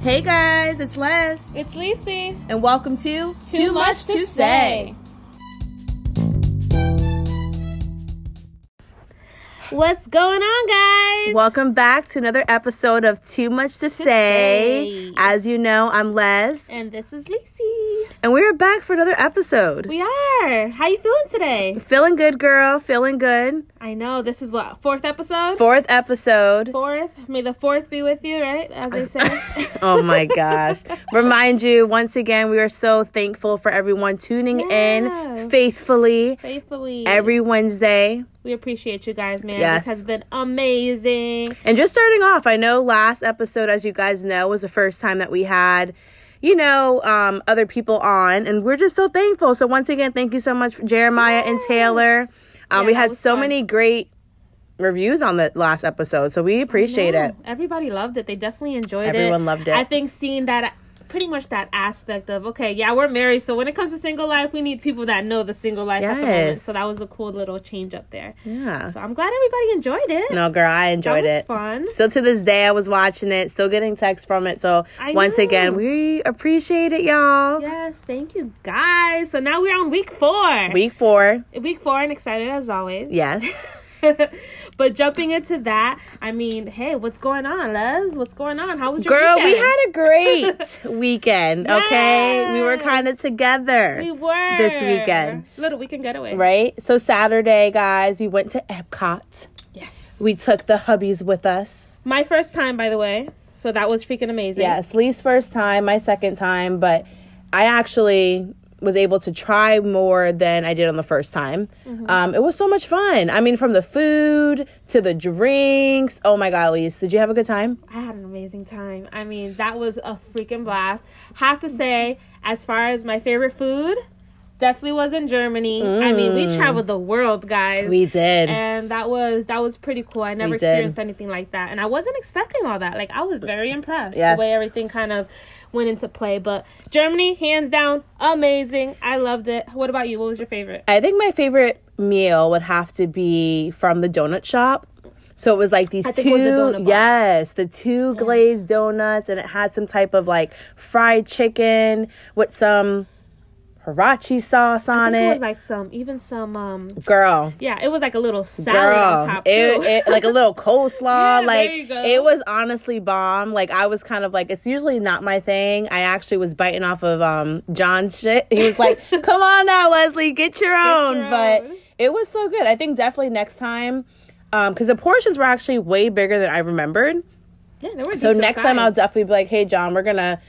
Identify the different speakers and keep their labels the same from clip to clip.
Speaker 1: Hey guys, it's Les,
Speaker 2: It's Lisi.
Speaker 1: and welcome to Too,
Speaker 2: What's going on, guys?
Speaker 1: Welcome back to another episode of Too Much to Say.
Speaker 2: Say.
Speaker 1: As you know, I'm Les,
Speaker 2: And this is Lisi.
Speaker 1: and we're back for another episode.
Speaker 2: We are. How you feeling today?
Speaker 1: feeling good, girl. Feeling good.
Speaker 2: I know this is what fourth episode.
Speaker 1: Fourth episode.
Speaker 2: Fourth. May the fourth be with you, right? As they say.
Speaker 1: oh my gosh. Remind you, once again, we are so thankful for everyone tuning in
Speaker 2: Yes.
Speaker 1: faithfully
Speaker 2: Faithfully.
Speaker 1: every Wednesday.
Speaker 2: We appreciate you guys, man.
Speaker 1: Yes.
Speaker 2: This has been amazing.
Speaker 1: And just starting off, I know last episode, as you guys know, was the first time that we had, you know, um, other people on, and we're just so thankful. So once again, thank you so much, for Jeremiah and Taylor. Um,
Speaker 2: Yeah,
Speaker 1: we
Speaker 2: that
Speaker 1: had
Speaker 2: was
Speaker 1: so
Speaker 2: fun.
Speaker 1: many great reviews on the last episode, so we appreciate
Speaker 2: Yeah,
Speaker 1: it.
Speaker 2: Everybody loved it. They definitely enjoyed it.
Speaker 1: Everyone loved it.
Speaker 2: I think seeing that pretty much that aspect of okay, yeah, we're married, so when it comes to single life, we need people that know the single life at the moment.
Speaker 1: Yes.
Speaker 2: So that was a cool little change up there.
Speaker 1: Yeah.
Speaker 2: So I'm glad everybody enjoyed it.
Speaker 1: No, girl, I
Speaker 2: that
Speaker 1: enjoyed
Speaker 2: was
Speaker 1: it.
Speaker 2: fun.
Speaker 1: Still to this day, I was watching it, still getting texts from it. So
Speaker 2: I
Speaker 1: once
Speaker 2: know.
Speaker 1: again, we appreciate it, y'all.
Speaker 2: Yes, thank you guys. So now we're on week four.
Speaker 1: Week four,
Speaker 2: week four and excited as always.
Speaker 1: yes.
Speaker 2: but jumping into that, I mean, hey, what's going on, Les? What's going on? How was your
Speaker 1: Girl, we
Speaker 2: weekend?
Speaker 1: had a great weekend, okay? We were
Speaker 2: Yes.
Speaker 1: kind of together.
Speaker 2: we were
Speaker 1: this weekend.
Speaker 2: Little weekend getaway.
Speaker 1: Right? So, Saturday, guys, we went to Epcot.
Speaker 2: Yes.
Speaker 1: We took the hubbies with us.
Speaker 2: My first time, by the way. So that was freaking amazing.
Speaker 1: Yes, Lee's first time, my second time, but I actually was able to try more than I did on the first time.
Speaker 2: Mm-hmm.
Speaker 1: Um, it was so much fun. I mean, from the food to the drinks. Oh my God, Lise, did you have a good time?
Speaker 2: I had an amazing time. I mean, that was a freaking blast. Have to say, as far as my favorite food, definitely was in Germany. I mean, we traveled the world, guys.
Speaker 1: Mm. We did.
Speaker 2: and that was that was pretty cool. I never
Speaker 1: We did.
Speaker 2: experienced anything like that, and I wasn't expecting all that. Like I was very impressed
Speaker 1: Yes.
Speaker 2: the way everything kind of went into play. But Germany, hands down, amazing. I loved it. What about you? What was your favorite?
Speaker 1: I think my favorite meal would have to be from the donut shop. So it was like these
Speaker 2: I
Speaker 1: two,
Speaker 2: think it was the donut box.
Speaker 1: yes, the two glazed donuts, and it had some type of like fried chicken with some hirachi sauce
Speaker 2: I
Speaker 1: on
Speaker 2: think
Speaker 1: it.
Speaker 2: it was like some, even some, um,
Speaker 1: Girl,
Speaker 2: yeah, it was like a little salad on
Speaker 1: girl,
Speaker 2: top too.
Speaker 1: it, it, like a little coleslaw,
Speaker 2: Yeah,
Speaker 1: like
Speaker 2: there you go.
Speaker 1: it was honestly bomb. Like I was kind of like, it's usually not my thing. I actually was biting off of um John's shit. He was like, "Come on now, Leslie, get your own." but
Speaker 2: own.
Speaker 1: it was so good. I think definitely next time, um, because the portions were actually way bigger than I remembered.
Speaker 2: yeah, there were
Speaker 1: So next time I'll definitely be like, hey, John, we're gonna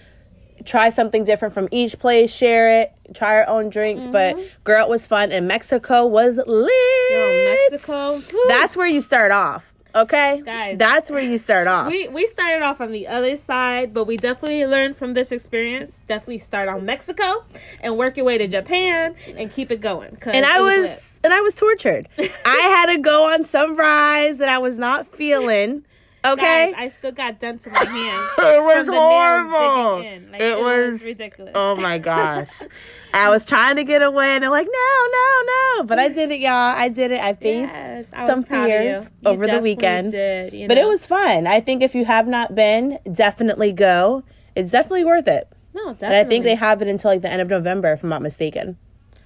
Speaker 1: try something different from each place, share it, try our own drinks.
Speaker 2: Mm-hmm.
Speaker 1: But girl, it was fun, and Mexico was lit.
Speaker 2: Yo, Mexico. whew.
Speaker 1: That's where you start off, okay?
Speaker 2: Guys.
Speaker 1: That's where you start off.
Speaker 2: we we started off on the other side, but we definitely learned from this experience. Definitely start on Mexico and work your way to Japan and keep it going. 'cause
Speaker 1: and I
Speaker 2: it
Speaker 1: was
Speaker 2: lit.
Speaker 1: and I was tortured. I had to go on sunrise that I was not feeling. Okay.
Speaker 2: Guys, I still got done to my hand.
Speaker 1: it was
Speaker 2: from the nails
Speaker 1: horrible.
Speaker 2: digging in. Like,
Speaker 1: it was
Speaker 2: ridiculous.
Speaker 1: Oh my gosh. I was trying to get away and they're like, no, no, no. But I did it, y'all. I did it. I faced
Speaker 2: Yes, I
Speaker 1: some
Speaker 2: was proud of you.
Speaker 1: fears
Speaker 2: You
Speaker 1: over the
Speaker 2: definitely
Speaker 1: weekend.
Speaker 2: did, you
Speaker 1: But it
Speaker 2: know.
Speaker 1: was fun. I think if you have not been, definitely go. It's definitely worth it.
Speaker 2: no, definitely.
Speaker 1: And I think they have it until like the end of November, if I'm not mistaken.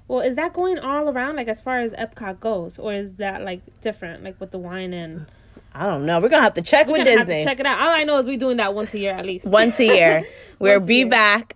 Speaker 2: Well, is that going all around, like as far as Epcot goes, or is that like different, like with the wine and?
Speaker 1: I don't know. We're gonna have to check
Speaker 2: We're
Speaker 1: with
Speaker 2: gonna have
Speaker 1: Disney
Speaker 2: to check it out. All I know is we're doing that once a year at least.
Speaker 1: once a year. we'll
Speaker 2: Once a
Speaker 1: be
Speaker 2: year.
Speaker 1: back.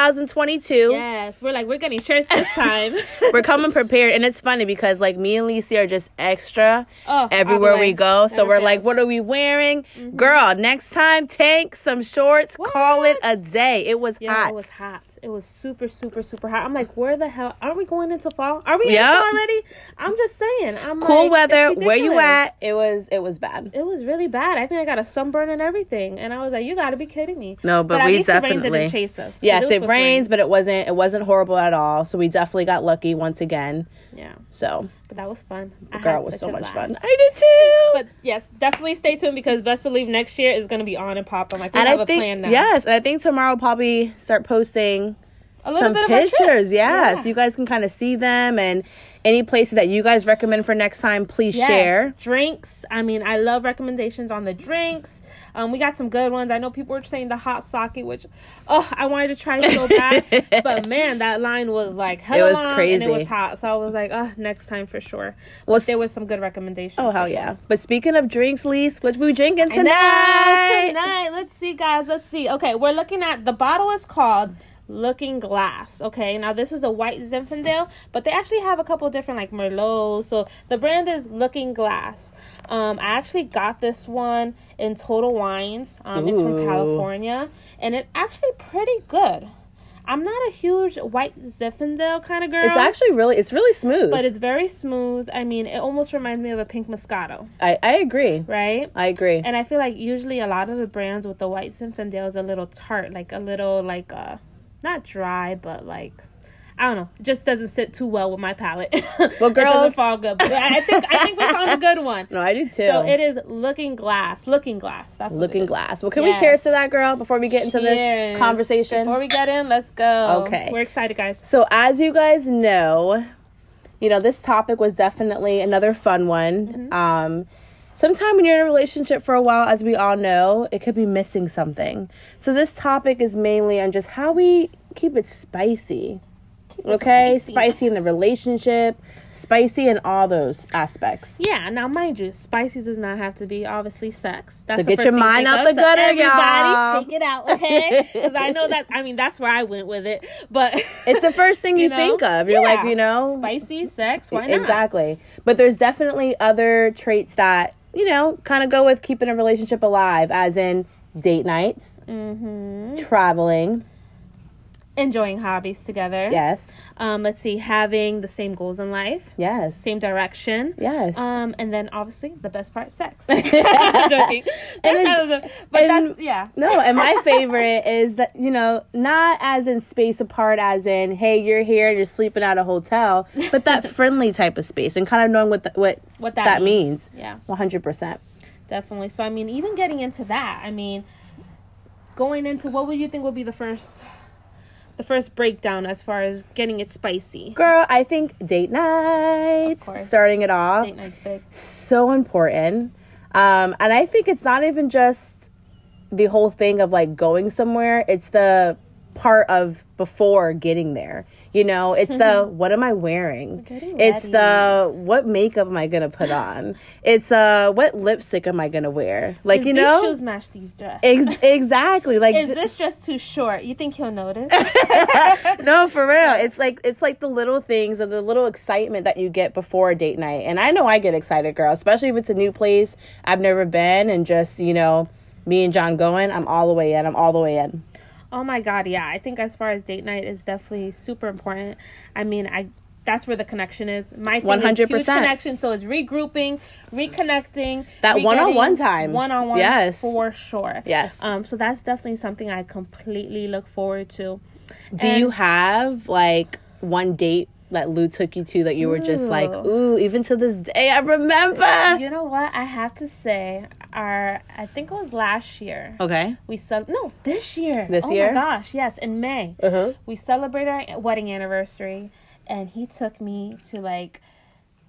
Speaker 1: 2022.
Speaker 2: Yes, we're like we're getting shirts this time.
Speaker 1: We're coming prepared, and it's funny because like me and Lisa are just extra
Speaker 2: Oh, all the
Speaker 1: everywhere we
Speaker 2: way.
Speaker 1: go. So we're
Speaker 2: Everything
Speaker 1: like,
Speaker 2: else.
Speaker 1: what are we wearing,
Speaker 2: Mm-hmm.
Speaker 1: girl? Next time, take some shorts. Call it a day. It was
Speaker 2: Yeah,
Speaker 1: hot.
Speaker 2: it was hot. It was super, super, super hot. I'm like, where the hell aren't we going into fall? Are we
Speaker 1: Yep.
Speaker 2: in fall already? I'm just saying. I'm
Speaker 1: cool
Speaker 2: like,
Speaker 1: weather.
Speaker 2: it's
Speaker 1: Where you
Speaker 2: ridiculous.
Speaker 1: at? It was it was bad.
Speaker 2: It was really bad. I think I got a sunburn and everything, and I was like, "You got to be kidding me!"
Speaker 1: No, but
Speaker 2: at
Speaker 1: we
Speaker 2: least the rain
Speaker 1: definitely-
Speaker 2: didn't chase us. 'cause
Speaker 1: Yes,
Speaker 2: was
Speaker 1: it
Speaker 2: supposed to rain.
Speaker 1: rains, but it wasn't it wasn't horrible at all. So we definitely got lucky once again.
Speaker 2: Yeah,
Speaker 1: So
Speaker 2: but that was fun. I
Speaker 1: girl,
Speaker 2: had
Speaker 1: it was
Speaker 2: such
Speaker 1: so
Speaker 2: a
Speaker 1: much
Speaker 2: blast.
Speaker 1: fun. I did too.
Speaker 2: But yes, definitely stay tuned because best believe next year is going to be on and pop. I'm like, we
Speaker 1: and
Speaker 2: have
Speaker 1: I
Speaker 2: a
Speaker 1: think
Speaker 2: plan now.
Speaker 1: yes, and I think tomorrow I'll probably start posting
Speaker 2: a little
Speaker 1: some
Speaker 2: bit of our trip.
Speaker 1: pictures. Yeah,
Speaker 2: Yeah.
Speaker 1: so you guys can kind of see them and any places that you guys recommend for next time. Please
Speaker 2: Yes,
Speaker 1: share.
Speaker 2: drinks. I mean, I love recommendations on the drinks. Um, we got some good ones. I know people were saying the hot sake, which oh, I wanted to try so bad, but man, that line was like hella
Speaker 1: was
Speaker 2: long and
Speaker 1: crazy.
Speaker 2: it was hot. So I was like, oh, next time for sure.
Speaker 1: Well,
Speaker 2: There was some good recommendations.
Speaker 1: Oh hell
Speaker 2: for
Speaker 1: yeah! But speaking of drinks, Lise, what we drinking
Speaker 2: I know,
Speaker 1: tonight?
Speaker 2: Tonight, let's see, guys. Let's see. Okay, we're looking at the bottle is called Looking Glass. Okay, now this is a white Zinfandel, but they actually have a couple different like Merlot. So the brand is Looking Glass. Um, I actually got this one in Total Wines. Um, it's from
Speaker 1: Ooh.
Speaker 2: California, and it's actually pretty good. I'm not a huge white Zinfandel kind of girl.
Speaker 1: It's actually really, it's really smooth.
Speaker 2: But it's very smooth. I mean, it almost reminds me of a pink Moscato,
Speaker 1: I, I agree.
Speaker 2: right?
Speaker 1: I agree.
Speaker 2: And I feel like usually a lot of the brands with the white Zinfandel is a little tart, like a little like uh not dry, but like I don't know, it just doesn't sit too well with my palate.
Speaker 1: Well,
Speaker 2: it doesn't
Speaker 1: girls-
Speaker 2: fall good. But I think I think we found a good one.
Speaker 1: no, I do too.
Speaker 2: So it is Looking Glass. Looking Glass. That's what
Speaker 1: Looking
Speaker 2: it is.
Speaker 1: glass. Well, can
Speaker 2: Yes.
Speaker 1: we cheers to that, girl, before we get into
Speaker 2: Cheers.
Speaker 1: this conversation?
Speaker 2: Before we get in, let's go.
Speaker 1: Okay.
Speaker 2: we're excited, guys.
Speaker 1: So, as you guys know, you know, this topic was definitely another fun one. Um, sometime when you're in a relationship for a while, as we all know, it could be missing something. So, this topic is mainly on just how we keep it spicy. okay? Spicy. in the relationship, spicy in all those aspects.
Speaker 2: Yeah, now mind you, spicy does not have to be obviously sex. That's
Speaker 1: So
Speaker 2: the
Speaker 1: get
Speaker 2: first
Speaker 1: your
Speaker 2: thing
Speaker 1: mind
Speaker 2: think
Speaker 1: out
Speaker 2: of.
Speaker 1: the gutter,
Speaker 2: everybody
Speaker 1: y'all.
Speaker 2: Take it out, okay? Because I know that. I mean, that's where I went with it. But
Speaker 1: It's the first thing you,
Speaker 2: know?
Speaker 1: think of. You're like,
Speaker 2: Yeah.
Speaker 1: you know,
Speaker 2: spicy sex. Why not?
Speaker 1: E, Exactly. But there's definitely other traits that, you know, kind of go with keeping a relationship alive, as in date nights,
Speaker 2: hmm
Speaker 1: traveling,
Speaker 2: Enjoying hobbies together.
Speaker 1: yes,
Speaker 2: Um, let's see, having the same goals in life,
Speaker 1: yes,
Speaker 2: same direction.
Speaker 1: yes.
Speaker 2: Um, and then obviously the best part, sex. I'm joking.
Speaker 1: And
Speaker 2: That's
Speaker 1: then-
Speaker 2: kind of the- but
Speaker 1: and-
Speaker 2: that's yeah.
Speaker 1: no, and my favorite is that, you know, not as in space apart, as in, hey, you're here, you're sleeping at a hotel, but that friendly type of space and kind of knowing what, the, what
Speaker 2: What that,
Speaker 1: That means.
Speaker 2: Yeah.
Speaker 1: 100%.
Speaker 2: Definitely. So I mean, even getting into that, I mean, going into what would you think would be the first, the first breakdown as far as getting it spicy?
Speaker 1: Girl, I think date night,
Speaker 2: course.
Speaker 1: starting it off,
Speaker 2: Date night's big.
Speaker 1: so important. Um, and I think it's not even just the whole thing of like going somewhere, it's the part of before getting there. You know, it's the what am I wearing?
Speaker 2: Getting
Speaker 1: It's
Speaker 2: ready.
Speaker 1: the what makeup am I gonna put on? It's uh what lipstick am I gonna wear? Like,
Speaker 2: Is
Speaker 1: you
Speaker 2: these
Speaker 1: know,
Speaker 2: shoes match these dress.
Speaker 1: ex- exactly. Like,
Speaker 2: Is
Speaker 1: th-
Speaker 2: this dress too short? You think he'll notice?
Speaker 1: no, for real. It's like it's like the little things and the little excitement that you get before a date night. And I know I get excited, girl, especially if it's a new place I've never been and just, you know, me and John going, I'm all the way in. I'm all the way in.
Speaker 2: Oh my god, yeah. I think as far as date night is definitely super important. I mean, I that's where the connection is. My one hundred
Speaker 1: 100%.
Speaker 2: connection. So it's regrouping, reconnecting.
Speaker 1: That one-on-one time.
Speaker 2: One on one.
Speaker 1: Yes.
Speaker 2: for sure.
Speaker 1: Yes.
Speaker 2: Um. So that's definitely something I completely look forward to.
Speaker 1: Do you have like one date that Lou took you to that you were just like, ooh, even to this day I remember?
Speaker 2: You know what? I have to say, our I think it was last year.
Speaker 1: Okay.
Speaker 2: We cel- no this year.
Speaker 1: This
Speaker 2: oh
Speaker 1: year?
Speaker 2: my gosh, yes, in May.
Speaker 1: Uh-huh.
Speaker 2: we celebrated our wedding anniversary and he took me to like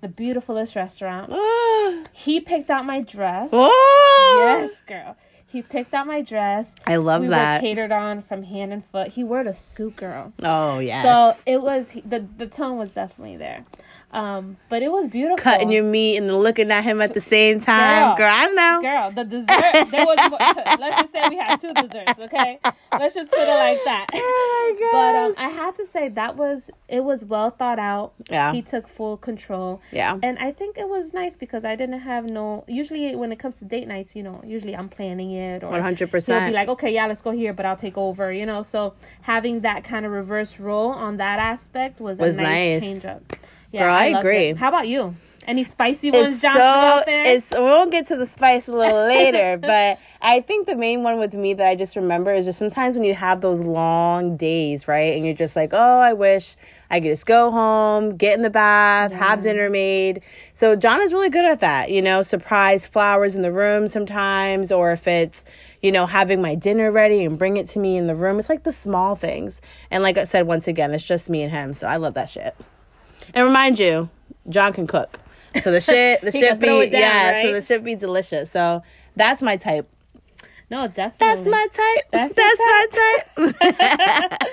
Speaker 2: the beautifulest restaurant
Speaker 1: Oh.
Speaker 2: he picked out my dress yes girl he picked out my dress
Speaker 1: I love
Speaker 2: we
Speaker 1: that.
Speaker 2: were catered on from hand and foot he wore a suit girl
Speaker 1: Oh yes.
Speaker 2: so it was he- the the tone was definitely there um but it was beautiful
Speaker 1: cutting your meat and looking at him at the same time.
Speaker 2: Girl.
Speaker 1: Girl, I know.
Speaker 2: Girl, the dessert. There was. More, let's just say we had two desserts, okay? Let's just put it like that.
Speaker 1: Oh
Speaker 2: But um,
Speaker 1: my
Speaker 2: I have to say that was it was well thought out.
Speaker 1: Yeah.
Speaker 2: He took full control.
Speaker 1: yeah.
Speaker 2: And I think it was nice because I didn't have no. Usually, when it comes to date nights, you know, usually I'm planning it or
Speaker 1: One hundred
Speaker 2: he'll be
Speaker 1: percent.
Speaker 2: like, okay, yeah, let's go here, but I'll take over, you know. So having that kind of reverse role on that aspect was,
Speaker 1: Was
Speaker 2: a nice,
Speaker 1: nice.
Speaker 2: change up. Yeah,
Speaker 1: Girl, I
Speaker 2: loved
Speaker 1: agree.
Speaker 2: it. How about you? Any spicy ones, John,
Speaker 1: so,
Speaker 2: out there?
Speaker 1: It's we'll get to the spice a little later, but I think the main one with me that I just remember is just sometimes when you have those long days, right? And you're just like, oh, I wish I could just go home, get in the bath, have dinner made. So John is really good at that, you know, surprise flowers in the room sometimes, or if it's you know, having my dinner ready and bring it to me in the room. It's like the small things. And like I said, once again, it's just me and him. So I love that shit. And remind you, John can cook. So the shit, the
Speaker 2: He
Speaker 1: shit
Speaker 2: can
Speaker 1: be
Speaker 2: throw it down,
Speaker 1: yeah. So
Speaker 2: right?
Speaker 1: the shit be delicious. So that's my type.
Speaker 2: no, definitely.
Speaker 1: That's my type. That's,
Speaker 2: That's
Speaker 1: my
Speaker 2: your
Speaker 1: type.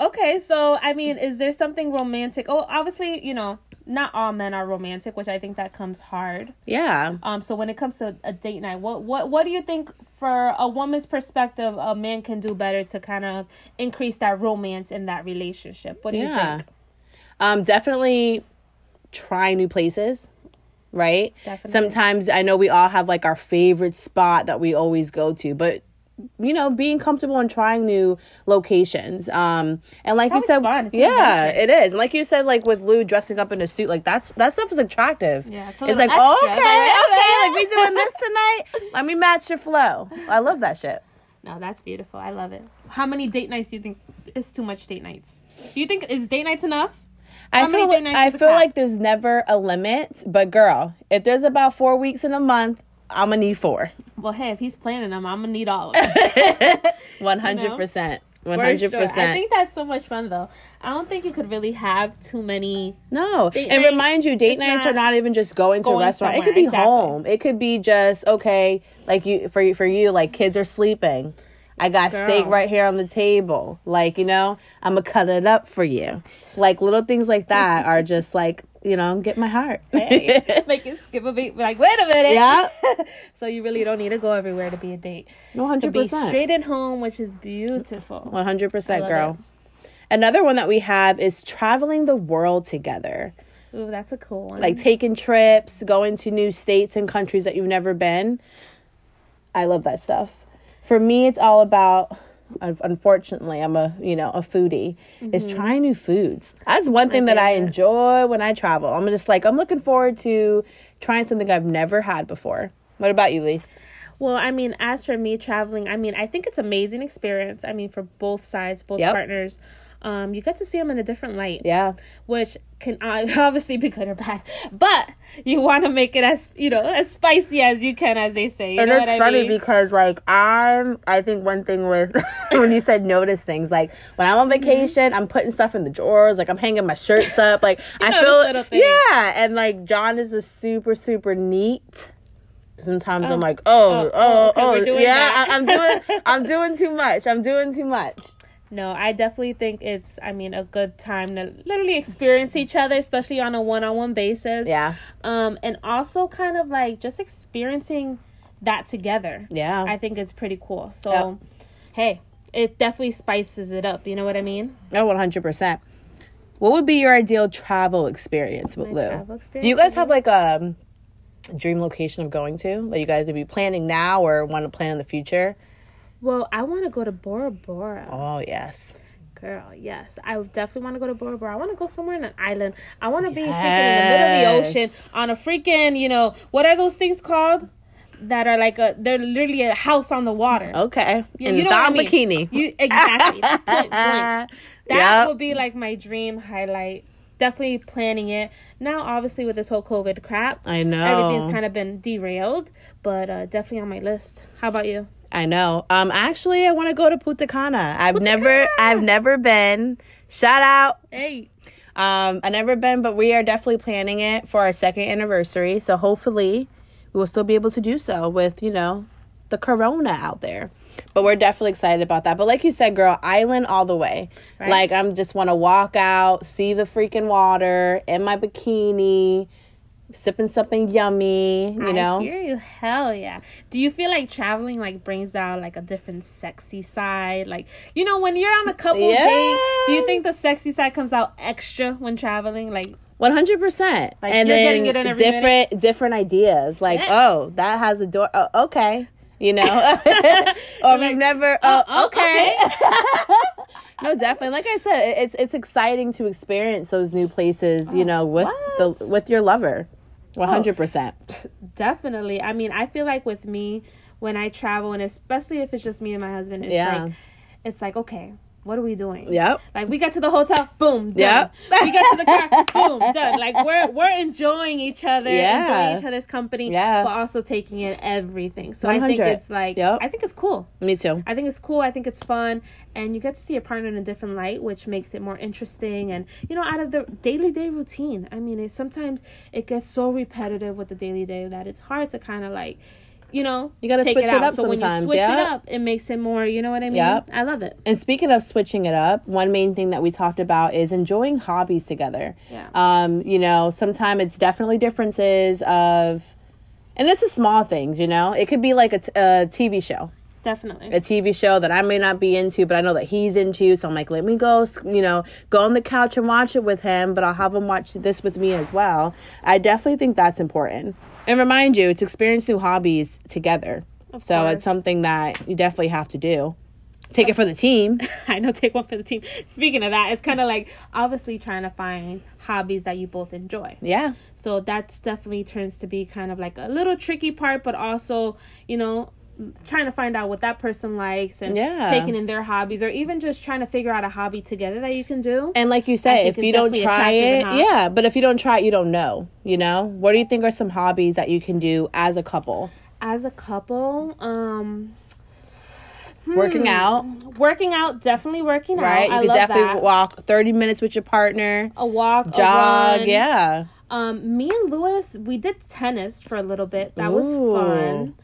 Speaker 2: Okay, so I mean, is there something romantic? Oh, obviously, you know, not all men are romantic, which I think that comes hard.
Speaker 1: yeah.
Speaker 2: Um, so when it comes to a date night, what what what do you think, for a woman's perspective, a man can do better to kind of increase that romance in that relationship? What do you
Speaker 1: Yeah.
Speaker 2: think?
Speaker 1: Um, definitely try new places, right?
Speaker 2: Definitely.
Speaker 1: Sometimes I know we all have like our favorite spot that we always go to, but you know, being comfortable and trying new locations. Um, and like
Speaker 2: That
Speaker 1: you
Speaker 2: was
Speaker 1: said,
Speaker 2: fun. It's an
Speaker 1: yeah,
Speaker 2: adventure.
Speaker 1: it is. And like you said, like with Lou dressing up in a suit, like that's that stuff is attractive.
Speaker 2: Yeah, it's a
Speaker 1: it's
Speaker 2: little
Speaker 1: like
Speaker 2: extra.
Speaker 1: okay, okay, like we doing this tonight. Let me match your flow. I love that shit.
Speaker 2: No, that's beautiful. I love it. How many date nights do you think is too much? Date nights? Do you think is date nights enough?
Speaker 1: I
Speaker 2: How many
Speaker 1: feel,
Speaker 2: date nights
Speaker 1: I
Speaker 2: is a
Speaker 1: feel
Speaker 2: cap?
Speaker 1: like there's never a limit, but girl, if there's about four weeks in a month, I'm gonna need four.
Speaker 2: Well, hey, if he's planning them, I'm gonna need all of them.
Speaker 1: One hundred percent. One
Speaker 2: For sure.
Speaker 1: hundred
Speaker 2: I
Speaker 1: percent.
Speaker 2: think that's so much fun though. I don't think you could really have too many.
Speaker 1: No,
Speaker 2: Date
Speaker 1: and
Speaker 2: nights,
Speaker 1: remind you, date
Speaker 2: it's
Speaker 1: nights are
Speaker 2: not
Speaker 1: not even just going to a
Speaker 2: going
Speaker 1: restaurant. It could
Speaker 2: somewhere,
Speaker 1: be
Speaker 2: exactly.
Speaker 1: home. It could be just okay, like you for you for you, like kids are sleeping. I got steak
Speaker 2: Girl.
Speaker 1: right here on the table. Like you know, I'm gonna cut it up for you. Like little things like that are just like you know, get my heart.
Speaker 2: Hey, make it skip a beat. Like, wait a minute.
Speaker 1: yeah,
Speaker 2: So you really don't need to go everywhere to be a date.
Speaker 1: one
Speaker 2: To
Speaker 1: hundred
Speaker 2: be
Speaker 1: percent.
Speaker 2: straight at home, which is beautiful.
Speaker 1: One hundred percent,
Speaker 2: love
Speaker 1: girl. Another one that we have is traveling the world together,
Speaker 2: Ooh, that's a cool one.
Speaker 1: like taking trips, going to new states and countries that you've never been. I love that stuff. For me, it's all about. un- Unfortunately, I'm a you know a foodie. Is trying new foods. That's one thing that I
Speaker 2: Mm-hmm. favorite.
Speaker 1: enjoy when I travel. I'm just like I'm looking forward to trying something I've never had before. What about you, Lise?
Speaker 2: Well, I mean, as for me traveling, I mean, I think it's amazing experience. I mean, for both sides, both
Speaker 1: Yep.
Speaker 2: partners, um, you get to see them in a different light.
Speaker 1: Yeah,
Speaker 2: which can uh, obviously be good or bad, but you want to make it as you know as spicy as you can, as they say. You
Speaker 1: and
Speaker 2: know
Speaker 1: it's
Speaker 2: what I
Speaker 1: funny
Speaker 2: mean?
Speaker 1: because like I'm I think one thing with when you said notice things like when I'm on
Speaker 2: Mm-hmm.
Speaker 1: vacation I'm putting stuff in the drawers like I'm hanging my shirts up like I
Speaker 2: notice
Speaker 1: feel
Speaker 2: little things.
Speaker 1: yeah and like John is a super super neat. Sometimes
Speaker 2: Oh.
Speaker 1: I'm like oh oh
Speaker 2: Oh, oh,
Speaker 1: oh,
Speaker 2: okay, we're doing
Speaker 1: yeah
Speaker 2: that.
Speaker 1: I, I'm doing I'm doing too much I'm doing too much.
Speaker 2: no, I definitely think it's I mean a good time to literally experience each other, especially on a one-on-one basis.
Speaker 1: Yeah
Speaker 2: Um, and also kind of like just experiencing that together.
Speaker 1: yeah
Speaker 2: I think it's pretty cool. So, hey, it definitely spices it up. You know what I mean?
Speaker 1: oh 100 percent. What would be your ideal travel experience with
Speaker 2: My
Speaker 1: Lou?
Speaker 2: travel
Speaker 1: Do you
Speaker 2: experience
Speaker 1: guys
Speaker 2: with
Speaker 1: have like a um, dream location of going to that you guys would be planning now or want to plan in the future?
Speaker 2: Well, I want to go to Bora Bora.
Speaker 1: Oh yes,
Speaker 2: Girl, yes. I would definitely want to go to Bora Bora. I want to go somewhere in an island. I want to be freaking in the middle of the
Speaker 1: Yes.
Speaker 2: ocean on a freaking, you know, what are those things called? That are like a, they're literally a house on the water.
Speaker 1: okay.
Speaker 2: Yeah,
Speaker 1: in
Speaker 2: you know
Speaker 1: thong
Speaker 2: what I
Speaker 1: bikini.
Speaker 2: You exactly. Point blank. That
Speaker 1: Yep.
Speaker 2: would be like my dream highlight. Definitely planning it. Now, obviously, with this whole COVID crap,
Speaker 1: I know.
Speaker 2: everything's kind of been derailed, but uh, definitely on my list. How about you?
Speaker 1: I know. Um, actually, I want to go to Punta Cana. I've never, I've never been. Shout out.
Speaker 2: Hey,
Speaker 1: Um, I've never been, but we are definitely planning it for our second anniversary. So hopefully, we will still be able to do so with you know, the corona out there. But we're definitely excited about that. But like you said, girl, island all the way.
Speaker 2: Right.
Speaker 1: Like I'm just want to walk out, see the freaking water in my bikini, sipping something yummy. You
Speaker 2: I
Speaker 1: know,
Speaker 2: hear you. Hell yeah. Do you feel like traveling like brings out like a different sexy side? Like you know when you're on a couple
Speaker 1: Yeah.
Speaker 2: date, do you think the sexy side comes out extra when traveling? Like
Speaker 1: One hundred percent.
Speaker 2: Like,
Speaker 1: And
Speaker 2: you're
Speaker 1: then
Speaker 2: getting it in every
Speaker 1: different different ideas. Like,
Speaker 2: Yeah.
Speaker 1: oh, that has a door. Oh, okay. You know, or
Speaker 2: Like,
Speaker 1: we've never.
Speaker 2: oh,
Speaker 1: Oh,
Speaker 2: oh,
Speaker 1: okay. no, definitely. Like I said, it- it's it's exciting to experience those new places. You know, with the
Speaker 2: Oh, what? Oh.
Speaker 1: with your lover. One hundred percent.
Speaker 2: Definitely. I mean, I feel like with me when I travel, and especially if it's just me and my husband, it's
Speaker 1: Yeah.
Speaker 2: like it's like okay. What are we doing?
Speaker 1: Yep.
Speaker 2: Like we got to the hotel, boom, done.
Speaker 1: Yep.
Speaker 2: We got to the car, boom, done. Like we're we're enjoying each other,
Speaker 1: Yeah.
Speaker 2: enjoying each other's company,
Speaker 1: Yeah.
Speaker 2: but also taking in everything. So I think
Speaker 1: 100.
Speaker 2: it's like
Speaker 1: Yep.
Speaker 2: I think it's cool.
Speaker 1: Me too.
Speaker 2: I think it's cool. I think it's fun, and you get to see your partner in a different light, which makes it more interesting. And you know, out of the daily day routine, I mean, it sometimes it gets so repetitive with the daily day that it's hard to kind of like, you know,
Speaker 1: You gotta
Speaker 2: take
Speaker 1: switch it
Speaker 2: out.
Speaker 1: up
Speaker 2: so when
Speaker 1: sometimes,
Speaker 2: you switch it
Speaker 1: yeah.
Speaker 2: up, it makes it more. You know what I mean?
Speaker 1: Yep.
Speaker 2: I love it.
Speaker 1: And speaking of switching it up, one main thing that we talked about is enjoying hobbies together.
Speaker 2: Yeah.
Speaker 1: Um, you know, sometimes it's definitely differences of, and it's the small things, you know? It could be like a, t- a TV show,
Speaker 2: Definitely.
Speaker 1: a TV show that I may not be into, but I know that he's into. So I'm like, let me go, s- you know, go on the couch and watch it with him, but I'll have him watch this with me as well. I definitely think that's important. And remind you, it's experience new hobbies together.
Speaker 2: Of
Speaker 1: so
Speaker 2: course.
Speaker 1: it's something that you definitely have to do. Take it for the team.
Speaker 2: I know, take one for the team. Speaking of that, it's kind of like obviously trying to find hobbies that you both enjoy.
Speaker 1: Yeah.
Speaker 2: So that's definitely turns to be kind of like a little tricky part, but also, you know, trying to find out what that person likes and
Speaker 1: Yeah.
Speaker 2: taking in their hobbies or even just trying to figure out a hobby together that you can do.
Speaker 1: And like you
Speaker 2: I
Speaker 1: say,
Speaker 2: think
Speaker 1: if
Speaker 2: it's
Speaker 1: you don't
Speaker 2: definitely
Speaker 1: try it,
Speaker 2: attractive enough.
Speaker 1: yeah, but if you don't try it, you don't know, you know? What do you think are some hobbies that you can do as a couple?
Speaker 2: As a couple, um hmm,
Speaker 1: Working out,
Speaker 2: working out, definitely working
Speaker 1: right?
Speaker 2: out. Oh, I
Speaker 1: you
Speaker 2: love
Speaker 1: could definitely
Speaker 2: that.
Speaker 1: walk 30 minutes with your partner,
Speaker 2: a walk, a
Speaker 1: jog,
Speaker 2: run.
Speaker 1: yeah.
Speaker 2: Um, me and Lewis, we did tennis for a little bit. That was
Speaker 1: Ooh.
Speaker 2: fun.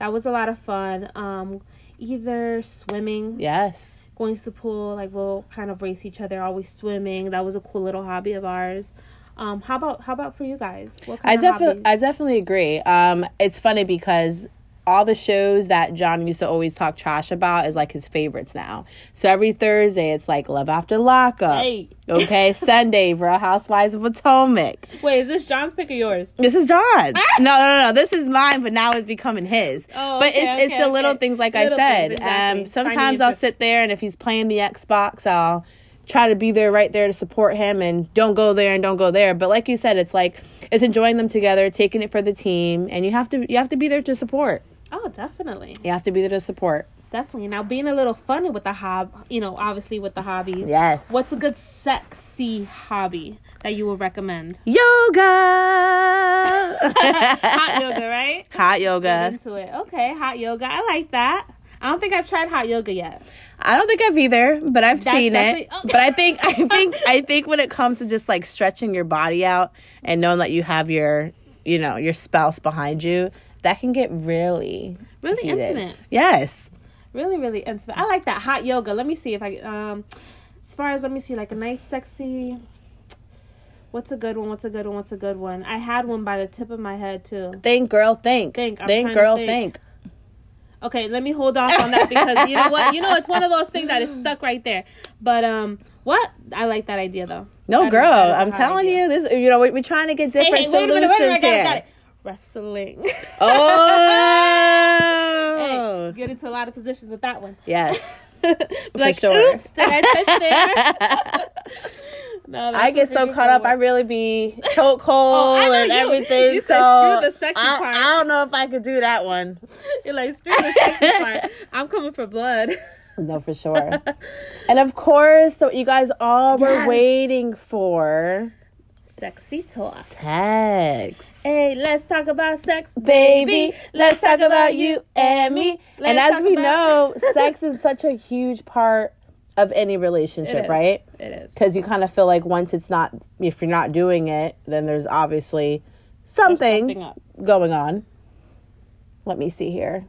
Speaker 2: That was a lot of fun. Um, either swimming,
Speaker 1: Yes.
Speaker 2: going to the pool, like we'll kind of race each other, always swimming. That was a cool little hobby of ours. Um, how about how about for you guys? What
Speaker 1: I
Speaker 2: kind of
Speaker 1: definitely I
Speaker 2: hobbies?
Speaker 1: definitely agree. Um it's funny because all the shows that John used to always talk trash about is like his favorites now. So every Thursday it's like Love After Lockup.
Speaker 2: Hey.
Speaker 1: Okay, Sunday, Real Housewives of Potomac.
Speaker 2: Wait, is this John's pick or yours?
Speaker 1: This is John's. no, no, no. This is mine, but now it's becoming his.
Speaker 2: Ah! Oh,
Speaker 1: but
Speaker 2: okay,
Speaker 1: it's it's
Speaker 2: okay,
Speaker 1: the little
Speaker 2: okay.
Speaker 1: things, like I
Speaker 2: Little things,
Speaker 1: said.
Speaker 2: exactly.
Speaker 1: Um,
Speaker 2: Finding
Speaker 1: sometimes I'll
Speaker 2: interest.
Speaker 1: sit there, and if he's playing the Xbox, I'll try to be there, right there, to support him, and don't go there and don't go there. But like you said, it's like it's enjoying them together, taking it for the team, and you have to you have to be there to support.
Speaker 2: Oh, definitely,
Speaker 1: You have to be there to support.
Speaker 2: definitely. Now being a little funny with the hob, you know, obviously with the hobbies.
Speaker 1: Yes.
Speaker 2: What's a good sexy hobby that you would recommend? Hot
Speaker 1: Yoga.
Speaker 2: yoga, right?
Speaker 1: Hot
Speaker 2: Get
Speaker 1: yoga.
Speaker 2: into it. Okay, hot yoga. I like that. I don't think I've tried hot yoga yet.
Speaker 1: I don't think I've either, but I've
Speaker 2: That's
Speaker 1: seen
Speaker 2: definitely-
Speaker 1: it.
Speaker 2: oh.
Speaker 1: But I think I think I think when it comes to just like stretching your body out and knowing that you have your you know your spouse behind you, that can get really
Speaker 2: Really
Speaker 1: heated.
Speaker 2: intimate.
Speaker 1: Yes,
Speaker 2: Really, really intimate. I like that hot yoga. Let me see if I um, as far as let me see like a nice sexy. What's a good one? What's a good one? What's a good one? I had one by the tip of my head too.
Speaker 1: think girl, think,
Speaker 2: Think. I'm trying to
Speaker 1: girl,
Speaker 2: think.
Speaker 1: think.
Speaker 2: Okay, let me hold off on that because you know what? You know it's one of those things that is stuck right there. But um, what? I like that idea though.
Speaker 1: No,
Speaker 2: That is-
Speaker 1: girl,
Speaker 2: that is a
Speaker 1: I'm
Speaker 2: hot
Speaker 1: telling
Speaker 2: idea.
Speaker 1: you this. You know, we, we're trying to get
Speaker 2: Hey,
Speaker 1: different
Speaker 2: hey, wait a minute, wait a minute, I
Speaker 1: solutions
Speaker 2: got it, got
Speaker 1: here.
Speaker 2: it. Wrestling.
Speaker 1: Oh,
Speaker 2: hey, get into a lot of positions with that one.
Speaker 1: yes.
Speaker 2: like,
Speaker 1: sure.
Speaker 2: oops, did I touch there? no, Oh, that's
Speaker 1: I
Speaker 2: a
Speaker 1: get so
Speaker 2: really
Speaker 1: caught
Speaker 2: good
Speaker 1: up. I
Speaker 2: one.
Speaker 1: really be chokehold
Speaker 2: Oh, I know
Speaker 1: and
Speaker 2: you-
Speaker 1: everything.
Speaker 2: you
Speaker 1: so
Speaker 2: said screw the sexy
Speaker 1: I,
Speaker 2: part.
Speaker 1: I don't know if I could do that one.
Speaker 2: You're like, screw the sexy part. I'm coming for blood.
Speaker 1: No, for sure. and of course, what you guys all were
Speaker 2: Yes.
Speaker 1: waiting for
Speaker 2: Sexy talk.
Speaker 1: text.
Speaker 2: Hey, let's talk about sex,
Speaker 1: Baby, let's talk about you and me.
Speaker 2: Let's
Speaker 1: and
Speaker 2: talk
Speaker 1: as we
Speaker 2: about-
Speaker 1: know, sex is such a huge part of any
Speaker 2: It
Speaker 1: relationship,
Speaker 2: is.
Speaker 1: right?
Speaker 2: It is.
Speaker 1: Because you kind of feel like once it's not, if you're not doing it, then there's obviously something,
Speaker 2: Something up.
Speaker 1: going on. Let me see here.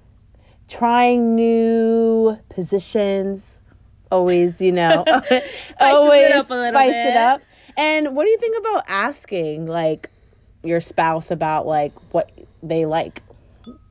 Speaker 1: Trying new positions. Always, you know, always
Speaker 2: up a little
Speaker 1: spice
Speaker 2: bit.
Speaker 1: it up. And what do you think about asking like your spouse about like what they like?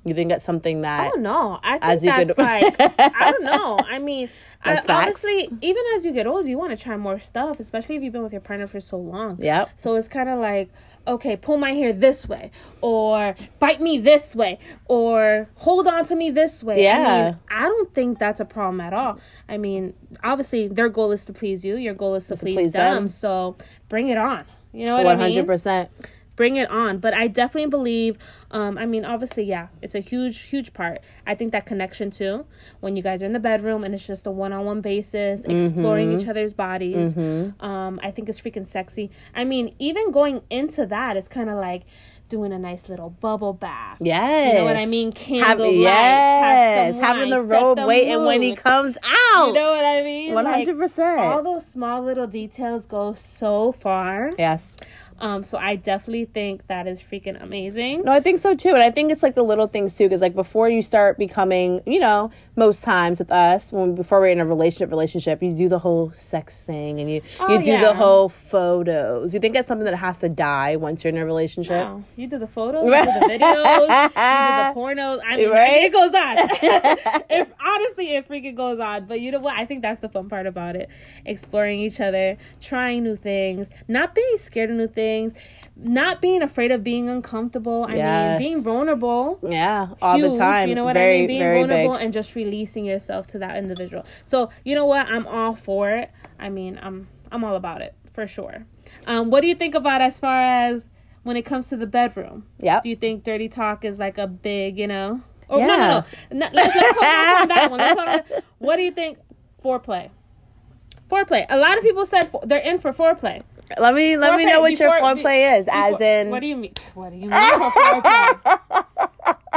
Speaker 1: You think that's something
Speaker 2: I
Speaker 1: that
Speaker 2: don't know. I think
Speaker 1: As you
Speaker 2: that's
Speaker 1: get-
Speaker 2: like I don't know. I mean, I,
Speaker 1: That's facts.
Speaker 2: obviously, even as you get older, you want to try more stuff, especially if you've been with your partner for so long.
Speaker 1: Yep.
Speaker 2: So it's kind of like, okay, pull my hair this way, or bite me this way, or hold on to me this way. I,
Speaker 1: Yeah.
Speaker 2: mean, I don't think that's a problem at all. I mean, obviously, their goal is to please you. Your goal is to, please,
Speaker 1: please
Speaker 2: them,
Speaker 1: them.
Speaker 2: So bring it on. You know what
Speaker 1: One
Speaker 2: I mean?
Speaker 1: hundred percent.
Speaker 2: bring it on. But I definitely believe, um, I mean, obviously, yeah, it's a huge, huge part. I think that connection too, when you guys are in the bedroom and it's just a one on one basis,
Speaker 1: Mm-hmm.
Speaker 2: exploring each other's bodies, um, I think it's freaking sexy. I mean, even going into that, it's kind of like doing a nice little bubble bath.
Speaker 1: Yes.
Speaker 2: You know what I mean?
Speaker 1: Have,
Speaker 2: Candle
Speaker 1: yes. Having the robe waiting when he comes out.
Speaker 2: You know what I mean?
Speaker 1: One
Speaker 2: Like,
Speaker 1: hundred
Speaker 2: all
Speaker 1: percent.
Speaker 2: those small little details go so far.
Speaker 1: Yes.
Speaker 2: Um, so I definitely think that is freaking amazing.
Speaker 1: No, I think so too, and I think it's like the little things too, because like before you start becoming, you know, most times with us when before we're in a relationship, relationship, you do the whole sex thing, and you
Speaker 2: Oh,
Speaker 1: you do
Speaker 2: yeah.
Speaker 1: the whole photos. You think that's something that has to die once you're in a relationship.
Speaker 2: Wow. You do the photos, you do the videos, you do the pornos. I mean,
Speaker 1: Right?
Speaker 2: it goes on. if honestly, it freaking goes on. But you know what? I think that's the fun part about it: exploring each other, trying new things, not being scared of new things, not being afraid of being uncomfortable. I
Speaker 1: Yes.
Speaker 2: mean, being vulnerable.
Speaker 1: Yeah, all
Speaker 2: huge,
Speaker 1: the time.
Speaker 2: You know what
Speaker 1: very,
Speaker 2: I mean? Being
Speaker 1: very
Speaker 2: vulnerable
Speaker 1: big.
Speaker 2: and just releasing yourself to that individual. So you know what? I'm all for it. I mean, I'm I'm all about it for sure. Um, what do you think about as far as when it comes to the bedroom?
Speaker 1: Yep.
Speaker 2: Do you think dirty talk is like a big, you know? Or no,
Speaker 1: Yeah.
Speaker 2: no, no. no let's, let's hold off on that one. Let's hold on. What do you think? Foreplay. Foreplay. A lot of people said fo- they're in for foreplay.
Speaker 1: Let me let me
Speaker 2: Foreplay-
Speaker 1: know what your
Speaker 2: before- be-
Speaker 1: foreplay is, as
Speaker 2: Before-
Speaker 1: in
Speaker 2: What do you mean? What do you mean for foreplay?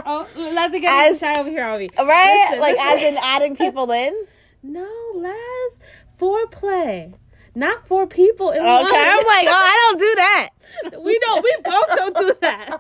Speaker 2: Oh, let's get
Speaker 1: As-
Speaker 2: shy over here, are we?
Speaker 1: right?
Speaker 2: Listen,
Speaker 1: like
Speaker 2: listen.
Speaker 1: as in adding people in.
Speaker 2: No, Les. Foreplay. Not four people in
Speaker 1: Okay, I'm
Speaker 2: one.
Speaker 1: like, oh, I don't do that.
Speaker 2: we know we both don't do that.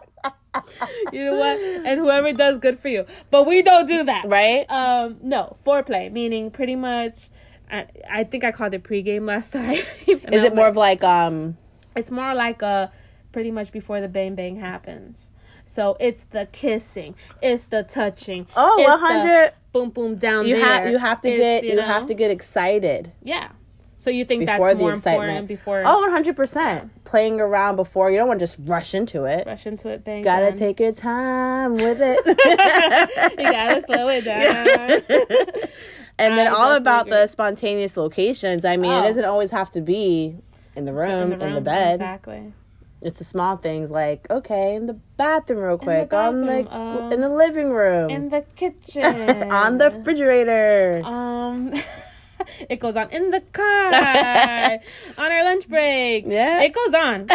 Speaker 2: You know what? And whoever does, good for you. But we don't do that.
Speaker 1: Right?
Speaker 2: Um, no, foreplay, meaning pretty much. I, I think I called it pregame last time.
Speaker 1: Is it more of like um?
Speaker 2: It's more like a pretty much before the bang bang happens. So it's the kissing, it's the touching.
Speaker 1: Oh,
Speaker 2: it's the
Speaker 1: 100
Speaker 2: Boom boom down
Speaker 1: You
Speaker 2: there.
Speaker 1: have you have to
Speaker 2: It's,
Speaker 1: get you,
Speaker 2: know,
Speaker 1: have to get excited.
Speaker 2: Yeah. So you think
Speaker 1: Before
Speaker 2: that's
Speaker 1: the
Speaker 2: more important
Speaker 1: excitement.
Speaker 2: before
Speaker 1: Oh, 100 percent. Playing around before you don't want to just rush into it.
Speaker 2: rush into it, bang.
Speaker 1: Gotta
Speaker 2: bang.
Speaker 1: take your time with
Speaker 2: you
Speaker 1: it.
Speaker 2: gotta slow it
Speaker 1: Yeah.
Speaker 2: down.
Speaker 1: and then
Speaker 2: I
Speaker 1: all
Speaker 2: definitely
Speaker 1: about
Speaker 2: agree.
Speaker 1: the spontaneous locations. I mean,
Speaker 2: Oh.
Speaker 1: it doesn't always have to be in the room, in the, bed.
Speaker 2: Exactly.
Speaker 1: It's the small things like okay, in the bathroom real
Speaker 2: the
Speaker 1: quick, on the
Speaker 2: bathroom, um,
Speaker 1: in the living room,
Speaker 2: In the kitchen.
Speaker 1: on the refrigerator.
Speaker 2: um it goes on in the car. on our lunch break.
Speaker 1: Yeah.
Speaker 2: It goes on.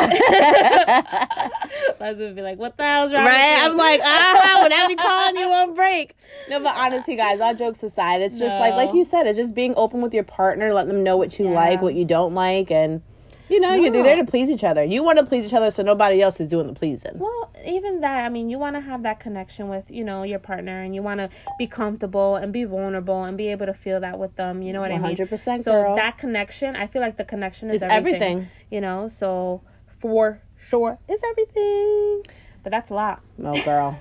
Speaker 2: Liza would be like, what the hell's wrong?
Speaker 1: Right?
Speaker 2: With you?
Speaker 1: I'm like, ah, when I be calling you on break. No, but honestly, guys, all jokes aside, it's just like, like
Speaker 2: No.
Speaker 1: you said, it's just being open with your partner, let them know what you
Speaker 2: Yeah.
Speaker 1: like, what you don't like, and you know, you're
Speaker 2: No.
Speaker 1: there to please each other. You want to please each other, so nobody else is doing the pleasing.
Speaker 2: Well, even that, I mean, you want to have that connection with, you know, your partner and you want to be comfortable and be vulnerable and be able to feel that with them. You know what I mean?
Speaker 1: 100%,
Speaker 2: So
Speaker 1: girl.
Speaker 2: that connection, I feel like the connection is
Speaker 1: It's everything.
Speaker 2: You know, so for sure, it's everything. But that's a lot.
Speaker 1: Oh, girl.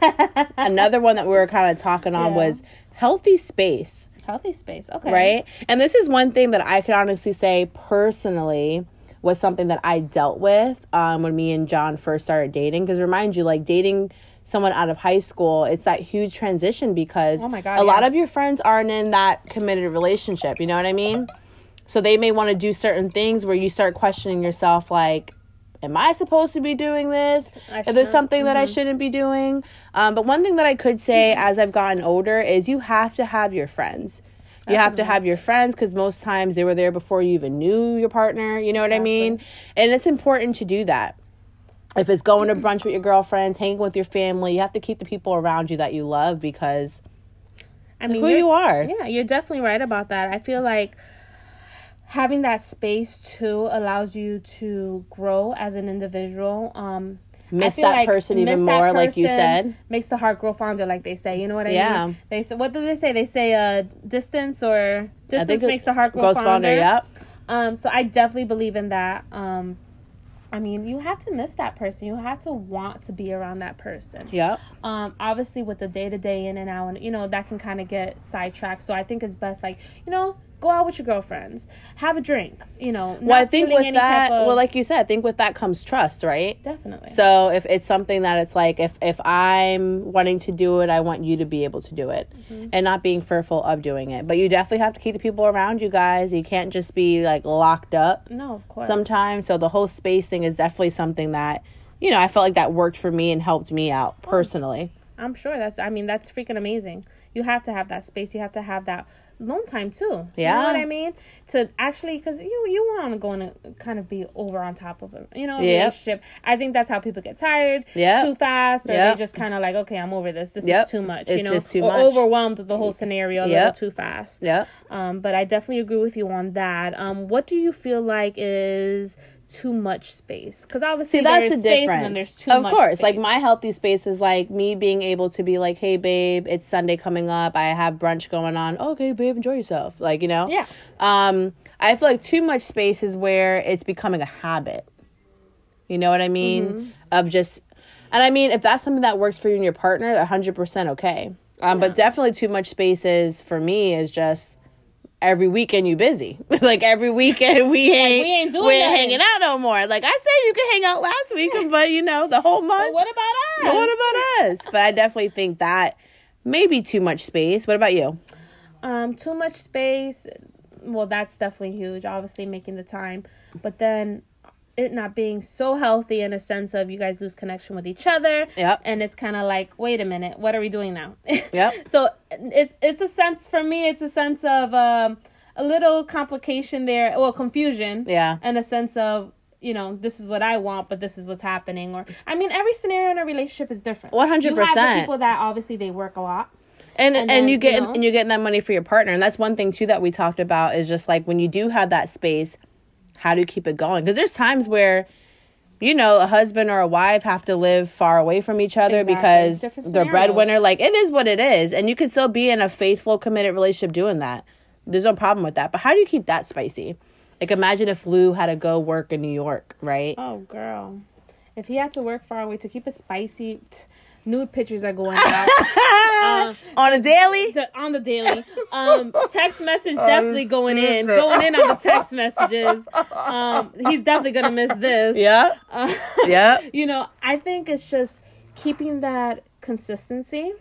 Speaker 1: Another one that we were kind of talking on
Speaker 2: Yeah.
Speaker 1: was healthy space.
Speaker 2: Healthy space. Okay.
Speaker 1: right? And this is one thing that I could honestly say personally was something that I dealt with um, when me and John first started dating. Because remind you, like dating someone out of high school, it's that huge transition because
Speaker 2: Oh my God,
Speaker 1: a lot
Speaker 2: yeah.
Speaker 1: of your friends aren't in that committed relationship. You know what I mean? So they may want to do certain things where you start questioning yourself, like, am I supposed to be doing this?
Speaker 2: I mm-hmm.
Speaker 1: if there's
Speaker 2: shouldn't-
Speaker 1: something that I shouldn't be doing. Um, but one thing that I could say
Speaker 2: Mm-hmm.
Speaker 1: as I've gotten older is you have to have your friends. You have to have your friends because most times they were there before you even knew your partner. You know what I mean? And it's important to do that. If it's going to brunch with your girlfriends, hanging with your family, you have to keep the people around you that you love because
Speaker 2: I mean,
Speaker 1: who
Speaker 2: you're-
Speaker 1: you are.
Speaker 2: Yeah, you're definitely right about that. I feel like having that space too allows you to grow as an individual. Um, I
Speaker 1: Miss
Speaker 2: feel
Speaker 1: that person even
Speaker 2: miss that
Speaker 1: more, like you
Speaker 2: person
Speaker 1: said.
Speaker 2: Makes the heart grow fonder, like they say. You know what I
Speaker 1: Yeah.
Speaker 2: mean? They say, what do they say? They say uh, distance or distance
Speaker 1: it
Speaker 2: makes the heart grow
Speaker 1: grows
Speaker 2: fonder.
Speaker 1: Yep.
Speaker 2: Um, so I definitely believe in that. Um, I mean, you have to miss that person. You have to want to be around that person
Speaker 1: Yep.
Speaker 2: um obviously with the day to day in and out and you know that can kind of get sidetracked so i think it's best like you know go out with your girlfriends have a drink you know
Speaker 1: Well, I
Speaker 2: not
Speaker 1: think
Speaker 2: feeling
Speaker 1: with
Speaker 2: any type
Speaker 1: that,
Speaker 2: of-
Speaker 1: well, like you said, I think with that comes trust, right?
Speaker 2: definitely
Speaker 1: So if it's something that it's like if if I'm wanting to do it, I want you to be able to do it and not being fearful of doing it. But you definitely have to keep the people around you guys. You can't just be like locked up
Speaker 2: no of course
Speaker 1: sometimes. So the whole space thing is definitely something that you know, I felt like that worked for me and helped me out personally.
Speaker 2: I'm sure that's. I mean, that's freaking amazing. You have to have that space. You have to have that alone time too. You
Speaker 1: Yeah.
Speaker 2: know what I mean? To actually, because you you want to to kind of be over on top of it. You know, a
Speaker 1: Yep.
Speaker 2: relationship. I think that's how people get tired.
Speaker 1: Yep.
Speaker 2: Too fast, or
Speaker 1: Yep.
Speaker 2: they just kind of like, okay, I'm over this. This
Speaker 1: Yep.
Speaker 2: is too much.
Speaker 1: It's
Speaker 2: you know,
Speaker 1: just too
Speaker 2: or
Speaker 1: much.
Speaker 2: overwhelmed with the whole scenario a little
Speaker 1: Yep.
Speaker 2: too fast.
Speaker 1: Yeah.
Speaker 2: Um, but I definitely agree with you on that. Um, what do you feel like is too much space? Because obviously
Speaker 1: See, that's
Speaker 2: there's
Speaker 1: the
Speaker 2: space
Speaker 1: difference.
Speaker 2: and then there's too
Speaker 1: of
Speaker 2: much.
Speaker 1: course, like
Speaker 2: space.
Speaker 1: my healthy space is like me being able to be like, "Hey, babe, it's Sunday coming up. I have brunch going on. Okay, babe, enjoy yourself." Like you know.
Speaker 2: Yeah.
Speaker 1: Um, I feel like too much space is where it's becoming a habit. You know what I mean?
Speaker 2: Mm-hmm.
Speaker 1: Of just, and I mean, if that's something that works for you and your partner, a hundred percent okay. Um, but definitely too much space is for me is just every weekend you busy. like every weekend we ain't
Speaker 2: we ain't doing
Speaker 1: we're
Speaker 2: nothing.
Speaker 1: hanging out no more. Like I said, you could hang out last week, but you know the whole month.
Speaker 2: But what about
Speaker 1: But
Speaker 2: us?
Speaker 1: what about us? But I definitely think that maybe too much space. What about you?
Speaker 2: Um, too much space. Well, that's definitely huge. Obviously, making the time, but then it not being so healthy in a sense of you guys lose connection with each other.
Speaker 1: Yep.
Speaker 2: And it's kind of like, wait a minute, what are we doing now?
Speaker 1: Yep.
Speaker 2: so it's it's a sense for me. It's a sense of um, a little complication there, or confusion.
Speaker 1: Yeah.
Speaker 2: And a sense of you know this is what I want, but this is what's happening. Or I mean, every scenario in a relationship is different. You have
Speaker 1: 100%.
Speaker 2: the people that obviously they work a lot.
Speaker 1: and and,
Speaker 2: then,
Speaker 1: you
Speaker 2: you
Speaker 1: get
Speaker 2: know.
Speaker 1: and you're getting that money for your partner and that's one thing too that we talked about is just like when you do have that space how do you keep it going because there's times where you know a husband or a wife have to live far away from each other
Speaker 2: Exactly.
Speaker 1: because
Speaker 2: Different
Speaker 1: they're
Speaker 2: scenarios.
Speaker 1: breadwinner like it is what it is and you can still be in a faithful committed relationship doing that there's no problem with that but how do you keep that spicy like imagine if lou had to go work in new york right
Speaker 2: Oh, girl. If he had to work far away to keep it spicy, t- nude pictures are going out um,
Speaker 1: on a daily
Speaker 2: the- on the daily. Um, text message definitely going in. Going in on the text messages. Um, he's definitely going to miss this.
Speaker 1: yeah
Speaker 2: Uh,
Speaker 1: yeah
Speaker 2: you know, I think it's just keeping that consistency.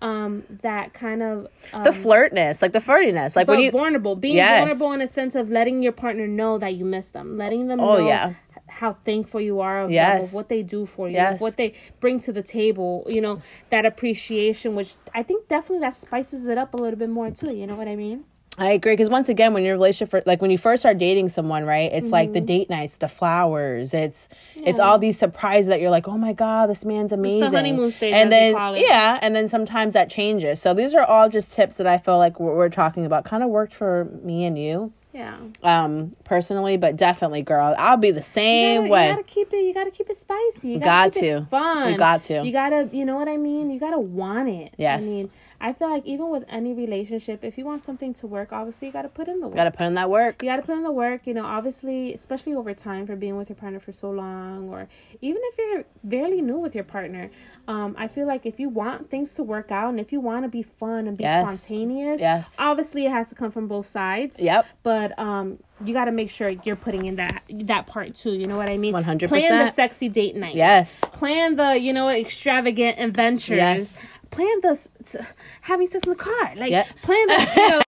Speaker 2: Um, that kind of um,
Speaker 1: the flirtness like the flirtiness like
Speaker 2: but
Speaker 1: when you
Speaker 2: vulnerable, being
Speaker 1: Yes.
Speaker 2: vulnerable in a sense of letting your partner know that you miss them, letting them
Speaker 1: Oh,
Speaker 2: know
Speaker 1: yeah.
Speaker 2: h- how thankful you are of them, of
Speaker 1: Yes.
Speaker 2: what they do for you,
Speaker 1: Yes.
Speaker 2: what they bring to the table. You know that appreciation, which I think definitely that spices it up a little bit more too. You know what I mean?
Speaker 1: I agree because once again, when you're in a relationship, for, like when you first start dating someone, right? It's like the
Speaker 2: Mm-hmm.
Speaker 1: date nights, the flowers, it's it's all these surprises that you're like, oh my god, this man's amazing.
Speaker 2: honeymoon stage,
Speaker 1: and
Speaker 2: as we
Speaker 1: then
Speaker 2: call it.
Speaker 1: yeah, and then sometimes that changes. So these are all just tips that I feel like we're, we're talking about kind of worked for me and you,
Speaker 2: Yeah.
Speaker 1: um, personally, but definitely, girl, I'll be the
Speaker 2: You
Speaker 1: same
Speaker 2: gotta,
Speaker 1: way.
Speaker 2: you gotta keep it. You gotta keep it spicy. You
Speaker 1: Got
Speaker 2: gotta keep
Speaker 1: to.
Speaker 2: It fun.
Speaker 1: You got to.
Speaker 2: You gotta. You know what I mean. You gotta want it.
Speaker 1: Yes.
Speaker 2: I mean, I feel like even with any relationship, if you want something to work, obviously you gotta put in the work.
Speaker 1: Got to put in that work.
Speaker 2: you got to put in the work you know obviously especially over time for being with your partner for so long or even if you're barely new with your partner um, i feel like if you want things to work out and if you want to be fun and be
Speaker 1: Yes.
Speaker 2: spontaneous
Speaker 1: Yes.
Speaker 2: obviously it has to come from both sides
Speaker 1: Yep.
Speaker 2: but um, you got to make sure you're putting in that that part too you know what i mean
Speaker 1: 100%.
Speaker 2: plan the sexy date night
Speaker 1: Yes.
Speaker 2: plan the you know extravagant adventures
Speaker 1: Yes.
Speaker 2: plan the s- s- having sex in the car like
Speaker 1: Yeah.
Speaker 2: plan the you know,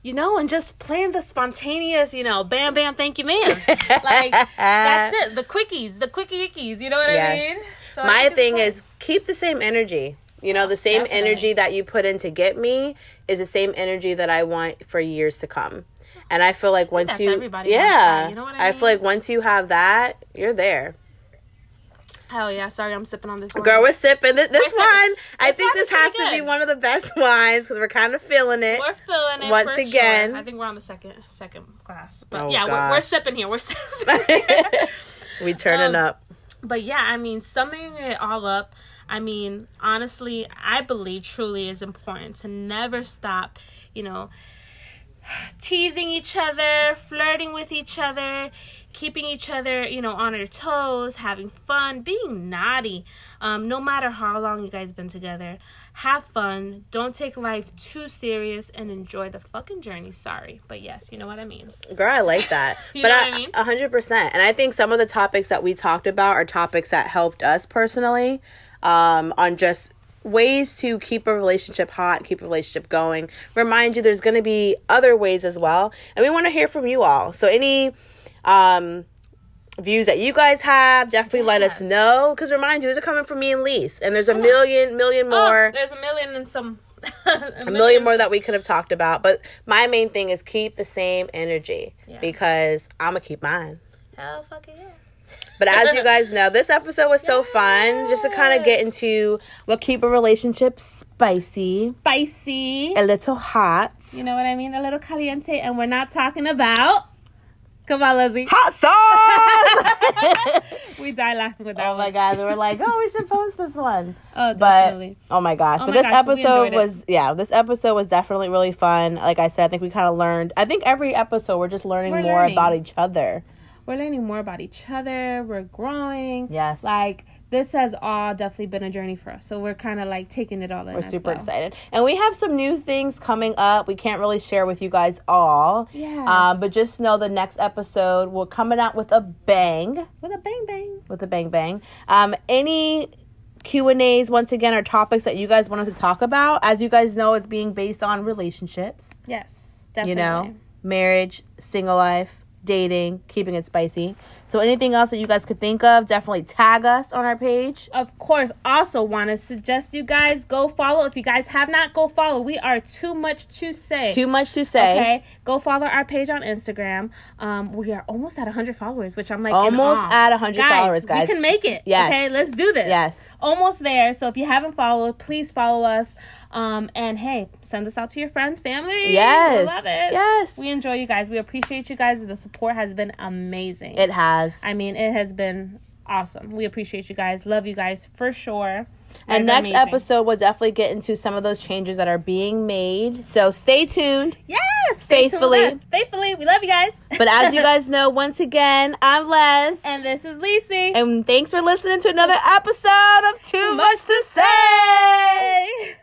Speaker 2: you know and just plan the spontaneous you know bam bam thank you ma'am like that's it the quickies the quickie ickies you know what i
Speaker 1: Yes.
Speaker 2: mean so I
Speaker 1: my
Speaker 2: think it's
Speaker 1: thing
Speaker 2: fun.
Speaker 1: is keep the same energy you know the same
Speaker 2: Definitely.
Speaker 1: energy that you put in to get me is the same energy that i want for years to come and i feel like once
Speaker 2: that's
Speaker 1: you
Speaker 2: everybody wants
Speaker 1: yeah
Speaker 2: that, you know what I
Speaker 1: I
Speaker 2: mean?
Speaker 1: feel like once you have that you're there
Speaker 2: hell yeah sorry i'm sipping on this
Speaker 1: girl
Speaker 2: wine.
Speaker 1: we're sipping this, this
Speaker 2: sipping.
Speaker 1: wine i
Speaker 2: This
Speaker 1: think
Speaker 2: wine
Speaker 1: this
Speaker 2: is pretty
Speaker 1: has to be
Speaker 2: good.
Speaker 1: one of the best wines because we're kind of feeling it
Speaker 2: we're feeling it
Speaker 1: Once
Speaker 2: for
Speaker 1: again.
Speaker 2: sure. I think we're on the second second class, but
Speaker 1: Oh,
Speaker 2: yeah, we're, we're
Speaker 1: gosh.
Speaker 2: sipping here. We're sipping. Here.
Speaker 1: we turning
Speaker 2: Um,
Speaker 1: up
Speaker 2: But yeah, I mean, summing it all up, I mean, honestly, I believe truly is important to never stop, you know, teasing each other, flirting with each other, keeping each other, you know, on our toes, having fun, being naughty. Um, no matter how long you guys been together, have fun. Don't take life too serious and enjoy the fucking journey. Sorry, but yes, you know what I mean.
Speaker 1: Girl, I like that.
Speaker 2: You
Speaker 1: but
Speaker 2: know
Speaker 1: I,
Speaker 2: what I mean?
Speaker 1: a hundred percent. And I think some of the topics that we talked about are topics that helped us personally, um, on just ways to keep a relationship hot, keep a relationship going. Remind you there's gonna be other ways as well. And we wanna hear from you all. So any um views that you guys have. Definitely let us
Speaker 2: Yes.
Speaker 1: know. Because remind you, these are coming from me and Lise. And there's a
Speaker 2: yeah.
Speaker 1: million, million
Speaker 2: Oh,
Speaker 1: more.
Speaker 2: there's a million and some.
Speaker 1: a million more that we could have talked about. But my main thing is keep the same energy
Speaker 2: Yeah.
Speaker 1: because I'm going to keep mine.
Speaker 2: Hell fucking yeah.
Speaker 1: But as you guys know, this episode was so fun just to kind of get
Speaker 2: Yes.
Speaker 1: into what keep a relationship spicy,
Speaker 2: Spicy.
Speaker 1: a little hot.
Speaker 2: You know what I mean? A little caliente, and we're not talking about. Come on, Lizzie.
Speaker 1: Hot sauce!
Speaker 2: we die laughing with that
Speaker 1: oh my
Speaker 2: one.
Speaker 1: god, we were like, oh, we should post this one.
Speaker 2: Oh,
Speaker 1: But
Speaker 2: definitely.
Speaker 1: oh my gosh,
Speaker 2: Oh
Speaker 1: but
Speaker 2: my
Speaker 1: this
Speaker 2: gosh, we
Speaker 1: episode
Speaker 2: enjoyed it.
Speaker 1: was yeah, this episode was definitely really fun. Like I said, I think we kind of learned. I think every episode we're just learning
Speaker 2: We're
Speaker 1: more
Speaker 2: learning.
Speaker 1: about each other.
Speaker 2: we're learning more about each other. We're growing.
Speaker 1: Yes.
Speaker 2: Like this has all definitely been a journey for us. So we're kind of like taking it all in.
Speaker 1: We're
Speaker 2: as
Speaker 1: super
Speaker 2: well.
Speaker 1: excited. And we have some new things coming up. We can't really share with you guys all.
Speaker 2: Yes.
Speaker 1: Um, but just know the next episode we're coming out with a bang,
Speaker 2: with a bang bang.
Speaker 1: with a bang bang. Um, any Q and A's once again are topics that you guys wanted to talk about. As you guys know, it's being based on relationships,
Speaker 2: Yes. Definitely.
Speaker 1: you know, marriage, single life, dating, keeping it spicy. So anything else that you guys could think of, definitely tag us on our page.
Speaker 2: Of course, also want to suggest you guys go follow. If you guys have not, go follow. We are too much to say.
Speaker 1: Too much to say.
Speaker 2: Okay, go follow our page on Instagram. Um, we are almost at 100 followers, which I'm like in
Speaker 1: Almost
Speaker 2: awe.
Speaker 1: at 100 followers, guys.
Speaker 2: We can make it.
Speaker 1: Yes.
Speaker 2: Okay, let's do this.
Speaker 1: Yes.
Speaker 2: Almost there. So if you haven't followed, please follow us. Um, and hey, send us out to your friends, family.
Speaker 1: Yes.
Speaker 2: We love it.
Speaker 1: Yes.
Speaker 2: We enjoy you guys. We appreciate you guys. The support has been amazing.
Speaker 1: It has.
Speaker 2: I mean, it has been awesome. We appreciate you guys. Love you guys for sure.
Speaker 1: And
Speaker 2: You guys are
Speaker 1: next
Speaker 2: amazing.
Speaker 1: episode, we'll definitely get into some of those changes that are being made. So stay tuned.
Speaker 2: Yes. stay tuned
Speaker 1: Faithfully.
Speaker 2: with us. Faithfully. We love you guys.
Speaker 1: But as you guys know, once again, I'm Les.
Speaker 2: and this is Lisi.
Speaker 1: And thanks for listening to another episode of Too Much to Say.
Speaker 2: Bye.